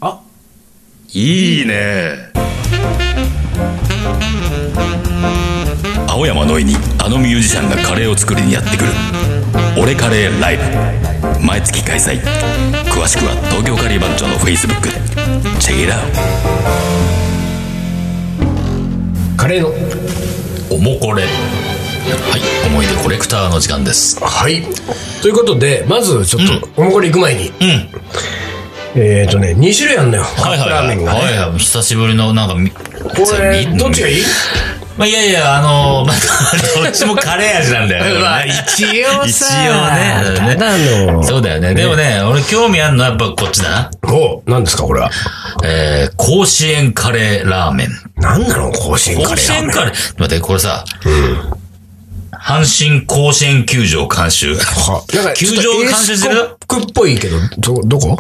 [SPEAKER 1] ー。いいね。
[SPEAKER 3] 青山のいにあのミュージシャンがカレーを作りにやってくる「俺カレーライブ」毎月開催詳しくは東京カリー番長のフェイスブックでチェックイラー
[SPEAKER 2] カレーの。
[SPEAKER 1] おもこれ。はい。思い出コレクターの時間です。
[SPEAKER 2] はい。ということで、まず、ちょっと、おもこれ行く前に。
[SPEAKER 1] うん。
[SPEAKER 2] えっ、ー、とね、2種類あんのよ。カ
[SPEAKER 1] はい
[SPEAKER 2] ッ
[SPEAKER 1] は
[SPEAKER 2] プ
[SPEAKER 1] い
[SPEAKER 2] ラー
[SPEAKER 1] は
[SPEAKER 2] メ
[SPEAKER 1] い。
[SPEAKER 2] ンがね。
[SPEAKER 1] はいはい。久しぶりの、なんかみ、
[SPEAKER 2] これ、どっちがいい
[SPEAKER 1] まあ、いやいや、あのー、 まあ、どっちもカレー味なん だよね。これね
[SPEAKER 2] 応
[SPEAKER 1] 一応ね。
[SPEAKER 2] ただの。
[SPEAKER 1] そうだよね。でもね、俺興味あるのはやっぱこっちだな。
[SPEAKER 2] お、何ですか、これは。
[SPEAKER 1] えー、甲子園カレーラーメン。
[SPEAKER 2] 何なの、甲子園カレー。
[SPEAKER 1] 甲子園カレー。待って、これさ、阪神甲子園球場監修。
[SPEAKER 2] なんか、
[SPEAKER 1] 球場が監修してる
[SPEAKER 2] エースコックっぽいけど、ど、どこ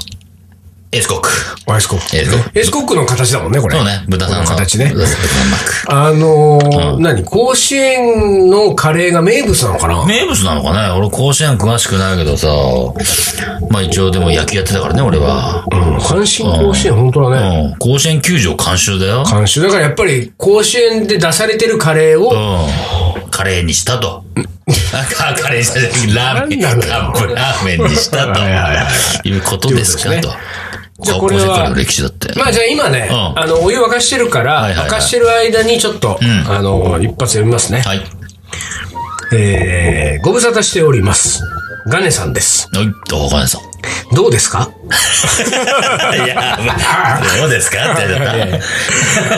[SPEAKER 1] エースコック。
[SPEAKER 2] あエースコック。
[SPEAKER 1] エースコック
[SPEAKER 2] エースコックの形だもんね、これ。
[SPEAKER 1] そうね、豚さんの
[SPEAKER 2] この形ね。
[SPEAKER 1] 豚さんのマーク
[SPEAKER 2] あのー、何甲子園のカレーが名物なのかな
[SPEAKER 1] 名物なのかね俺甲子園詳しくないけどさ。まあ一応でも野球やってたからね、俺は。
[SPEAKER 2] うん阪神甲子園、本当だね。
[SPEAKER 1] うん。甲子園球場監修だよ。
[SPEAKER 2] 監修。だからやっぱり、甲子園で出されてるカレーを、
[SPEAKER 1] うん。カレーにし たと。あカレーにしたじゃないラーメン、カ
[SPEAKER 2] なんなのよ
[SPEAKER 1] ップラーメンにしたと。いうことですか
[SPEAKER 2] って
[SPEAKER 1] と
[SPEAKER 2] こ。じゃあこれは
[SPEAKER 1] 甲子園からの歴史だって。
[SPEAKER 2] まあじゃあ今ね、
[SPEAKER 1] うん
[SPEAKER 2] あの、お湯沸かしてるから、
[SPEAKER 1] はいはいはい
[SPEAKER 2] 沸かしてる間にちょっと、
[SPEAKER 1] ん
[SPEAKER 2] あの、一発読みますね。
[SPEAKER 1] はい。
[SPEAKER 2] えー、ご無沙汰しております。ガネさんです。
[SPEAKER 1] はい、どうか さん。
[SPEAKER 2] どうです か
[SPEAKER 1] いや、どうですかって言われ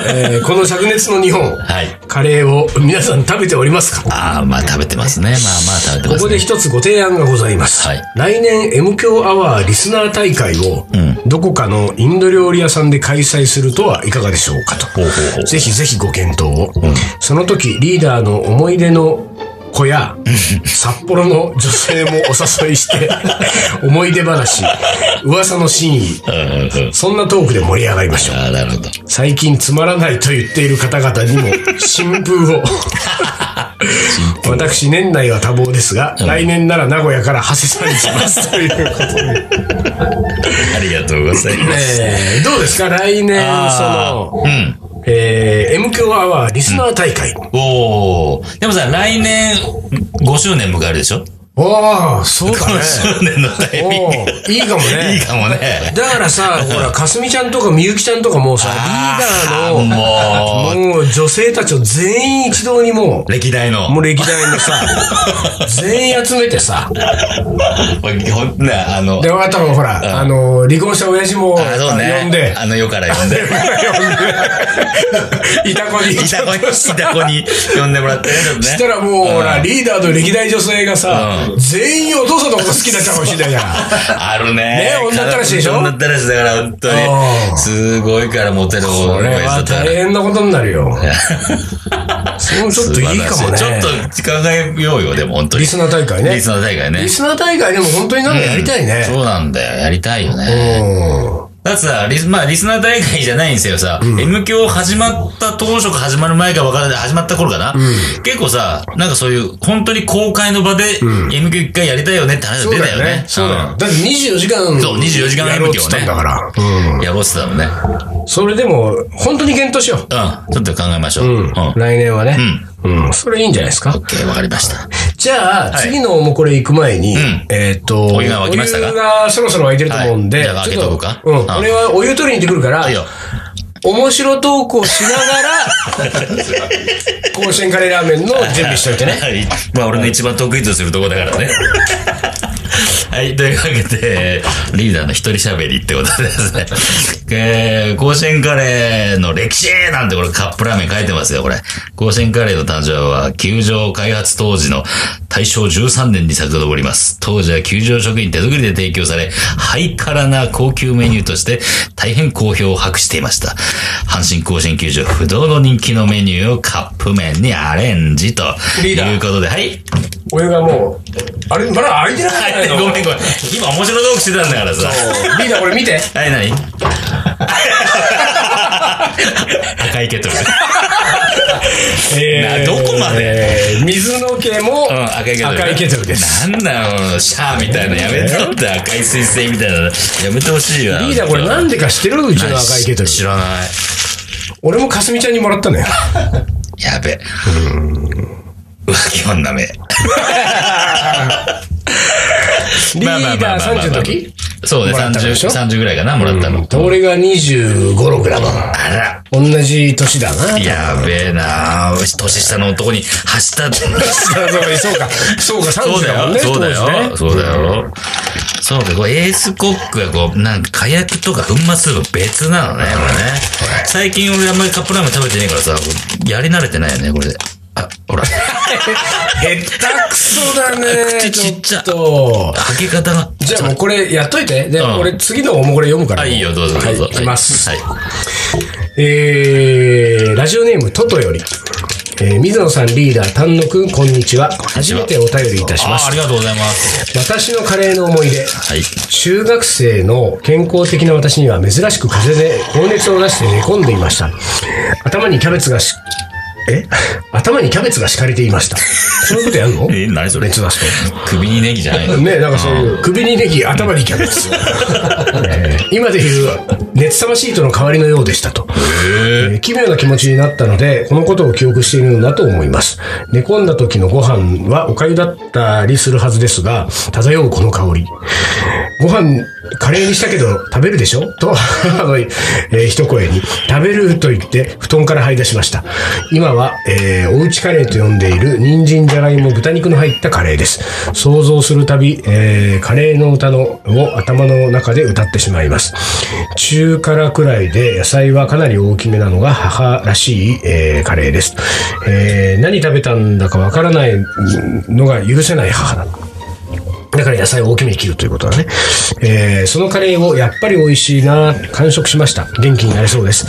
[SPEAKER 2] えーこの灼熱の日本、
[SPEAKER 1] た。はい。
[SPEAKER 2] カレーを皆さん食べておりますか
[SPEAKER 1] ああ、まあ食べてますね。まあまあ食べて
[SPEAKER 2] こ
[SPEAKER 1] ます
[SPEAKER 2] こで
[SPEAKER 1] ね。
[SPEAKER 2] 一つご提案がございます。
[SPEAKER 1] はい
[SPEAKER 2] 来年 M 強アワーリスナー大会を、どこかのインド料理屋さんで開催するとはいかがでしょうかと。
[SPEAKER 1] ほうほうほう
[SPEAKER 2] ぜひぜひご検討を。その時、リーダーの思い出の子や、札幌の女性もお誘いして、 思い出話、噂の真意、
[SPEAKER 1] うんうんうん。
[SPEAKER 2] そんなトークで盛り上がりましょう。
[SPEAKER 1] ああ、なるほど。
[SPEAKER 2] 最近つまらないと言っている方々にも新風を私年内は多忙ですが、来年なら名古屋から長谷さんに来ますということで、
[SPEAKER 1] ありがとうございます。
[SPEAKER 2] えーどうですか来年
[SPEAKER 1] あ
[SPEAKER 2] その、
[SPEAKER 1] うん。
[SPEAKER 2] えー、M 強アワーリスナー大会、
[SPEAKER 1] おー。でもさ、来年5周年迎えるでしょ
[SPEAKER 2] おーそうだ
[SPEAKER 1] ?5
[SPEAKER 2] ね
[SPEAKER 1] 周年のタイミング。
[SPEAKER 2] おーいいかもね
[SPEAKER 1] いいかもね。
[SPEAKER 2] だからさ、ほら、かすみちゃんとかみゆきちゃんとかもうさ、リーダー
[SPEAKER 1] あーも
[SPEAKER 2] の、もう女性たちを全員一堂にもう
[SPEAKER 1] う、、歴代の。
[SPEAKER 2] もう歴代の さ、全員集めてさ、
[SPEAKER 1] ほんね、あの
[SPEAKER 2] で、、あとほら、あの、離婚した親父も呼
[SPEAKER 1] あ、そうね。
[SPEAKER 2] んで、
[SPEAKER 1] あの世から呼んで。
[SPEAKER 2] いた子に、
[SPEAKER 1] いた子に、いた子に呼んでもらってね。ちょっとね
[SPEAKER 2] したらもう、ほら、リーダーと歴代女性がさ
[SPEAKER 1] う、
[SPEAKER 2] 全員お父さんのこと好きになっちゃうかもしれないじゃん。
[SPEAKER 1] あるね。
[SPEAKER 2] ね女ったらしいでしょ
[SPEAKER 1] 女ったらしだから、本当
[SPEAKER 2] うん
[SPEAKER 1] に。すごいから、モテる
[SPEAKER 2] これは大変なことになるよ。そうちょっといいかもね。
[SPEAKER 1] ちょっと考えようよ、でも、本当に。
[SPEAKER 2] リスナー大会ね
[SPEAKER 1] リスナー大会ね
[SPEAKER 2] リ。スナー大会でも本当になんかやりたいね。
[SPEAKER 1] そうなんだよ。やりたいよね。
[SPEAKER 2] うん。
[SPEAKER 1] だってさ、リス、まあ、リスナー大会じゃないんですよさ、M 響始まった当初か始まる前か分からない、始まった頃かな、結構さ、なんかそういう、本当に公開の場で、M 響一回やりたいよねって話が
[SPEAKER 2] そう
[SPEAKER 1] 出た
[SPEAKER 2] だ
[SPEAKER 1] よ
[SPEAKER 2] よね
[SPEAKER 1] ね。。
[SPEAKER 2] そうだよ。
[SPEAKER 1] ん
[SPEAKER 2] だって24時間、
[SPEAKER 1] そう24時間
[SPEAKER 2] やろうって言ったんだから。うん。
[SPEAKER 1] やろうってたのね。う
[SPEAKER 2] それでも、本当に検討しよう。
[SPEAKER 1] ん。ちょっと考えましょう。うん。OK、
[SPEAKER 2] 来年はね。うん。それいいんじゃないですか。
[SPEAKER 1] わかりました。
[SPEAKER 2] じゃあ、
[SPEAKER 1] い
[SPEAKER 2] 次のもうこれ行く前に、
[SPEAKER 1] ん
[SPEAKER 2] えーっと、
[SPEAKER 1] お湯が沸きましたか
[SPEAKER 2] お湯がそろそろ沸いてると思うんで、
[SPEAKER 1] はいじゃあ開けとこうか
[SPEAKER 2] ちょっと
[SPEAKER 1] う
[SPEAKER 2] うんん。俺はお湯取りに行ってくるから
[SPEAKER 1] あ、いよ。
[SPEAKER 2] 面白トークをしなが ら、甲子園カレーラーメンの準備しといてね。
[SPEAKER 1] はい。まあ、俺の一番得意とするとこだからね。はい。というわけで、リーダーの一人喋りってことでですね。えー、甲子園カレーの歴史なんてこれカップラーメン書いてますよ、これ。甲子園カレーの誕生は、球場開発当時の大正13年に遡ります。当時は球場職員手作りで提供され、ハイカラな高級メニューとして大変好評を博していました。阪神甲子園球場不動の人気のメニューをカップ麺にアレンジと
[SPEAKER 2] リーダー
[SPEAKER 1] いうことで、はい。
[SPEAKER 2] お湯がもう、あれ、まだ開いてなかった
[SPEAKER 1] はい、
[SPEAKER 2] よ。
[SPEAKER 1] ごめんごめん。今面白トークしてたんだからさ。
[SPEAKER 2] リーダーこれ見 て。
[SPEAKER 1] はい、何赤いケトル。
[SPEAKER 2] え
[SPEAKER 1] どこまで
[SPEAKER 2] えー水の毛も
[SPEAKER 1] うん、赤いケトル。
[SPEAKER 2] 赤いケトルです。。
[SPEAKER 1] なんだよ、シャーみたいなのやめとって、赤い彗星みたいなの。やめてほしいよ。
[SPEAKER 2] リーダーこれなんでか知ってるうちの赤いケトル。
[SPEAKER 1] 知らない。
[SPEAKER 2] 俺もかすみちゃんにもらったの よ。
[SPEAKER 1] やべ。浮気女め。
[SPEAKER 2] リーダー30の時
[SPEAKER 1] そうね、
[SPEAKER 2] もらったのでしょ
[SPEAKER 1] 30、30ぐらいかな、もらったの。
[SPEAKER 2] 俺が25、6だもん。
[SPEAKER 1] あら。
[SPEAKER 2] 同じ年だな。
[SPEAKER 1] やべえなあ年下の男に走ったって。
[SPEAKER 2] そうそうか。そうか、
[SPEAKER 1] そう
[SPEAKER 2] 30
[SPEAKER 1] だ
[SPEAKER 2] だもん
[SPEAKER 1] よ、
[SPEAKER 2] ね。
[SPEAKER 1] そうだ
[SPEAKER 2] 当時ね
[SPEAKER 1] よ、そうだよ。そうか、こうエースコックがこう、なんか火薬とか粉末とか別なのね、これね。最近俺あんまりカップラーメン食べてねえからさ、こうやり慣れてないよね、これで。あ、ほら。
[SPEAKER 2] 下手くそだね。
[SPEAKER 1] 口ちっちゃ
[SPEAKER 2] ちょっと。
[SPEAKER 1] かけ方が。
[SPEAKER 2] じゃあもうこれやっといて。で、
[SPEAKER 1] ん
[SPEAKER 2] 俺次のもこれ読むから。
[SPEAKER 1] あ、いいよ、どうぞどうぞ。
[SPEAKER 2] はい、いきます。
[SPEAKER 1] はい。
[SPEAKER 2] えー、ラジオネームトトより。えー水野さんリーダー、丹野くん、こんにちは。初めてお便りいたしま
[SPEAKER 1] あ
[SPEAKER 2] す
[SPEAKER 1] あ、あ。りがとうございます。
[SPEAKER 2] 私のカレーの思い出。
[SPEAKER 1] はい。
[SPEAKER 2] 中学生の健康的な私には珍しく風邪で高熱を出して寝込んでいました。頭にキャベツがし、え頭にキャベツが敷かれていました。そういうことやんの
[SPEAKER 1] え、何それ
[SPEAKER 2] 熱出す
[SPEAKER 1] 首にネギじゃない
[SPEAKER 2] と。ねなんかそういう、首にネギ、頭にキャベツ。えー今でいう、熱さまシートの代わりのようでしたと。えー奇妙な気持ちになったので、このことを記憶しているのだと思います。寝込んだ時のご飯はおかゆだったりするはずですが、漂うこの香り。ご飯、カレーにしたけど食べるでしょ と、あの、えー一声に、食べると言って布団から這い出しました。今は、えーおうちカレーと呼んでいる、人参、じゃがいも、豚肉の入ったカレーです。想像するたび、えーカレーの歌のを頭の中で歌ってしまいます。中辛くらいで野菜はかなり大きめなのが母らしい、えーカレーです。えー何食べたんだかわからないのが許せない母だ。だから野菜を大きめに切るということだね。えー、そのカレーをやっぱり美味しいな、完食しました。元気になれそうです。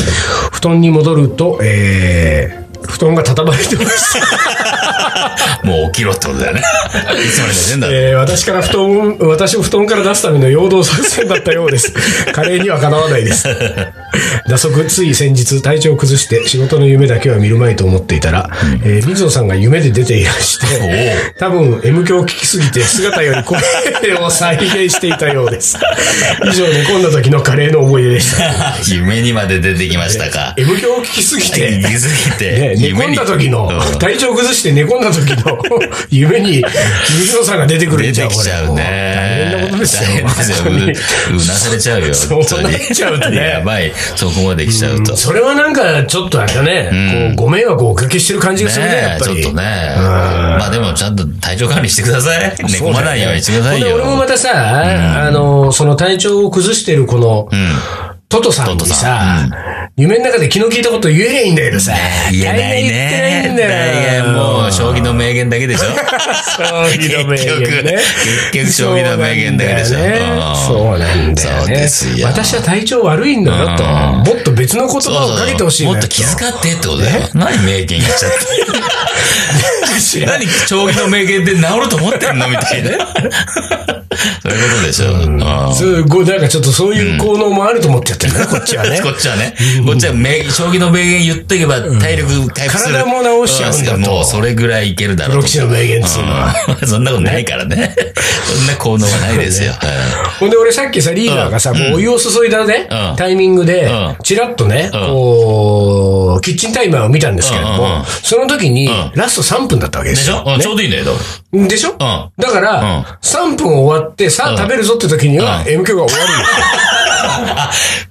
[SPEAKER 2] 布団に戻ると、えー、布団が畳まれてました。
[SPEAKER 1] もう起きろってことだよ ね。いつまで寝てんだ。
[SPEAKER 2] えー、私から布団、私を布団から出すための陽動作戦だったよう です。カレーにはかなわないです。打足、つい先日体調を崩して仕事の夢だけは見るまいと思っていたら、えー、水野さんが夢で出ていらして、多分 M 響を聞きすぎて姿より声を再現していたようです。以上、寝込んだ時のカレーの思い出で した。
[SPEAKER 1] 夢にまで出てきましたか。
[SPEAKER 2] M 響を聞きすぎて
[SPEAKER 1] 言い、過ぎて
[SPEAKER 2] ね、、寝込んだ時の
[SPEAKER 1] うん、
[SPEAKER 2] 体調崩して寝込んだ時の 夢に、水野さんが出てくる
[SPEAKER 1] 出
[SPEAKER 2] んじゃ
[SPEAKER 1] て
[SPEAKER 2] ん、
[SPEAKER 1] き
[SPEAKER 2] こ
[SPEAKER 1] ち
[SPEAKER 2] れ。
[SPEAKER 1] ゃ
[SPEAKER 2] も
[SPEAKER 1] う
[SPEAKER 2] う
[SPEAKER 1] ね。
[SPEAKER 2] 大変なことですよ。
[SPEAKER 1] 大変ですよううなされちゃうよ。
[SPEAKER 2] そう
[SPEAKER 1] 本当に
[SPEAKER 2] なっちゃうとね
[SPEAKER 1] やばい。そこまで来ちゃうと。
[SPEAKER 2] それはなんか、ちょっとあれだね、こうご迷惑をおかけしてる感じがするね、や
[SPEAKER 1] ね
[SPEAKER 2] っ
[SPEAKER 1] え、
[SPEAKER 2] ぱ
[SPEAKER 1] ちょ
[SPEAKER 2] り。
[SPEAKER 1] っとね。まあでもちゃんと体調管理してください。寝込まないようにしてくださ
[SPEAKER 2] ほ
[SPEAKER 1] い
[SPEAKER 2] んで
[SPEAKER 1] よ。
[SPEAKER 2] 俺もまたさ、あの、その体調を崩してるこの、トトさんに
[SPEAKER 1] トトさ
[SPEAKER 2] さ、夢の中で昨日聞いたこと言えりゃいいんだけど さ、
[SPEAKER 1] 言えない
[SPEAKER 2] 大
[SPEAKER 1] ね。
[SPEAKER 2] 概言ってないんだよ。
[SPEAKER 1] 大概もう、将棋の名言だけ でしょ
[SPEAKER 2] 結局
[SPEAKER 1] 結局、結局、将棋の名言だけでしょ
[SPEAKER 2] そうなんだよね。
[SPEAKER 1] そうですよ。
[SPEAKER 2] 私は体調悪いんだよと。もっと別の言葉をかけてほしいんだ
[SPEAKER 1] も
[SPEAKER 2] よ
[SPEAKER 1] っと気遣ってってことだよ。何名言言っちゃって。何将棋の名言で治ると思ってんのみ たいな。そういうことでしょ。うん
[SPEAKER 2] すごい、なんかちょっとそういう効能もあると思っちゃってるね、こっちはね。
[SPEAKER 1] こっちはね、こっちは名将棋の名言言っとけば体力回復する。
[SPEAKER 2] 体も治しちゃうんだと
[SPEAKER 1] うもうそれぐらいいけるだろう
[SPEAKER 2] ロ
[SPEAKER 1] と
[SPEAKER 2] キ。シの名言っつうのは。
[SPEAKER 1] うん そんなことないからね。そんな効能はないですよ。はい
[SPEAKER 2] ほんで俺さっきさ、リーダーがさ、もうお湯を注いだね
[SPEAKER 1] う、ん
[SPEAKER 2] タイミングで
[SPEAKER 1] う、ん
[SPEAKER 2] チラッとね、
[SPEAKER 1] ん
[SPEAKER 2] こう、キッチンタイマーを見たんですけれど
[SPEAKER 1] うんうんう
[SPEAKER 2] も
[SPEAKER 1] ん、
[SPEAKER 2] その時に
[SPEAKER 1] ん、
[SPEAKER 2] ラスト3分だったわけで
[SPEAKER 1] でし
[SPEAKER 2] すよ
[SPEAKER 1] ょ。うんちょうどいいんだけど。
[SPEAKER 2] でしょだから、3分終わって、さあ食べるぞって時には、
[SPEAKER 1] うん
[SPEAKER 2] M 響が終 わるんですよ。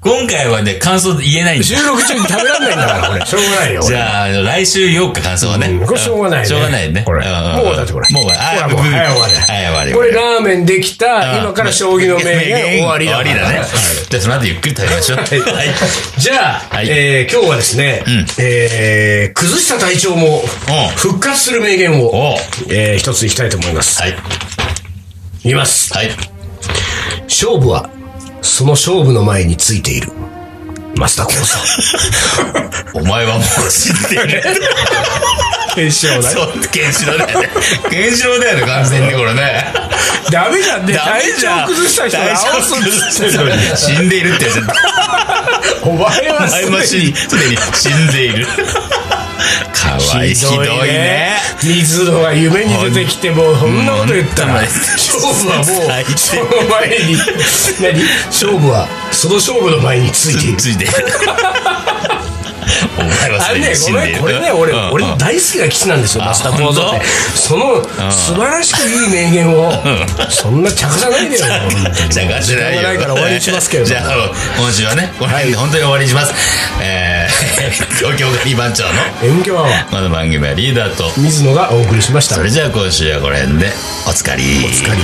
[SPEAKER 1] 今回はね、感想言えないんだ。
[SPEAKER 2] 収録中に食べられないんだから、これ。しょうがないよ。
[SPEAKER 1] じ
[SPEAKER 2] 俺
[SPEAKER 1] ゃあ、来週言おうか、感想はね
[SPEAKER 2] うん。これしょうがないね
[SPEAKER 1] しょうがないね。
[SPEAKER 2] これ
[SPEAKER 1] ん
[SPEAKER 2] もうだってこれ
[SPEAKER 1] もう終わり。あ
[SPEAKER 2] ほらもう
[SPEAKER 1] うん
[SPEAKER 2] 早い終わり
[SPEAKER 1] 早い終わり。
[SPEAKER 2] これラーメンできた、
[SPEAKER 1] うん
[SPEAKER 2] 今から将棋の名言終わりだ。
[SPEAKER 1] 終わりだね。じゃあ、その後ゆっくり食べましょう。はい。
[SPEAKER 2] じゃあ、
[SPEAKER 1] はい
[SPEAKER 2] えー今日はですね、えー崩した体調も
[SPEAKER 1] ん
[SPEAKER 2] 復活する名言を、
[SPEAKER 1] おう
[SPEAKER 2] えー一ついきたいと思います。
[SPEAKER 1] はい。
[SPEAKER 2] いきます。
[SPEAKER 1] はい。
[SPEAKER 2] 勝負は、その勝負の前についている。増田幸さん。
[SPEAKER 1] お前はもう知ってる。そう、ケンシロウだよね。ケンシロウだよね、完全にこれね。
[SPEAKER 2] ダメじゃんね。
[SPEAKER 1] ダ
[SPEAKER 2] 体
[SPEAKER 1] メじゃ
[SPEAKER 2] 調
[SPEAKER 1] ん
[SPEAKER 2] 崩した人が
[SPEAKER 1] 体
[SPEAKER 2] 青
[SPEAKER 1] 調
[SPEAKER 2] す
[SPEAKER 1] 崩
[SPEAKER 2] っ
[SPEAKER 1] し
[SPEAKER 2] つ
[SPEAKER 1] た
[SPEAKER 2] ってんのに。
[SPEAKER 1] 人死んでいるってやつ。
[SPEAKER 2] お前はす
[SPEAKER 1] 前
[SPEAKER 2] で
[SPEAKER 1] 橋
[SPEAKER 2] に
[SPEAKER 1] に、すでに死んでいる。かわいい。ひどいね。。
[SPEAKER 2] 水野が夢に出てきて、もうそんなこと言ったら、
[SPEAKER 1] うん
[SPEAKER 2] 勝負はも
[SPEAKER 1] 最
[SPEAKER 2] う、
[SPEAKER 1] 低
[SPEAKER 2] その前に、何勝負は、その勝負の前についている。
[SPEAKER 1] ついてる。お前は
[SPEAKER 2] あ
[SPEAKER 1] そ
[SPEAKER 2] れ
[SPEAKER 1] れ
[SPEAKER 2] ね
[SPEAKER 1] に、死
[SPEAKER 2] ご
[SPEAKER 1] んでい
[SPEAKER 2] め
[SPEAKER 1] る。
[SPEAKER 2] ん、これね、俺、
[SPEAKER 1] うん
[SPEAKER 2] 俺
[SPEAKER 1] うん
[SPEAKER 2] の大好きな基地なんですよ、
[SPEAKER 1] あ
[SPEAKER 2] マスターコードって。その、素晴らしくいい名言を、そんな着じゃないでよ。
[SPEAKER 1] じゃあ、ガチない
[SPEAKER 2] 時
[SPEAKER 1] よ。
[SPEAKER 2] 間がないから終わりにしますけれど
[SPEAKER 1] じ
[SPEAKER 2] も
[SPEAKER 1] ゃあ、今週はね、この辺で本当に終わりにします。えー、東京ガリバン長の、
[SPEAKER 2] M 響アワー、
[SPEAKER 1] この番組はリーダーと、
[SPEAKER 2] 水野がお送りしました
[SPEAKER 1] そ。れじゃあ今週はこの辺で、おつかり。おつかり。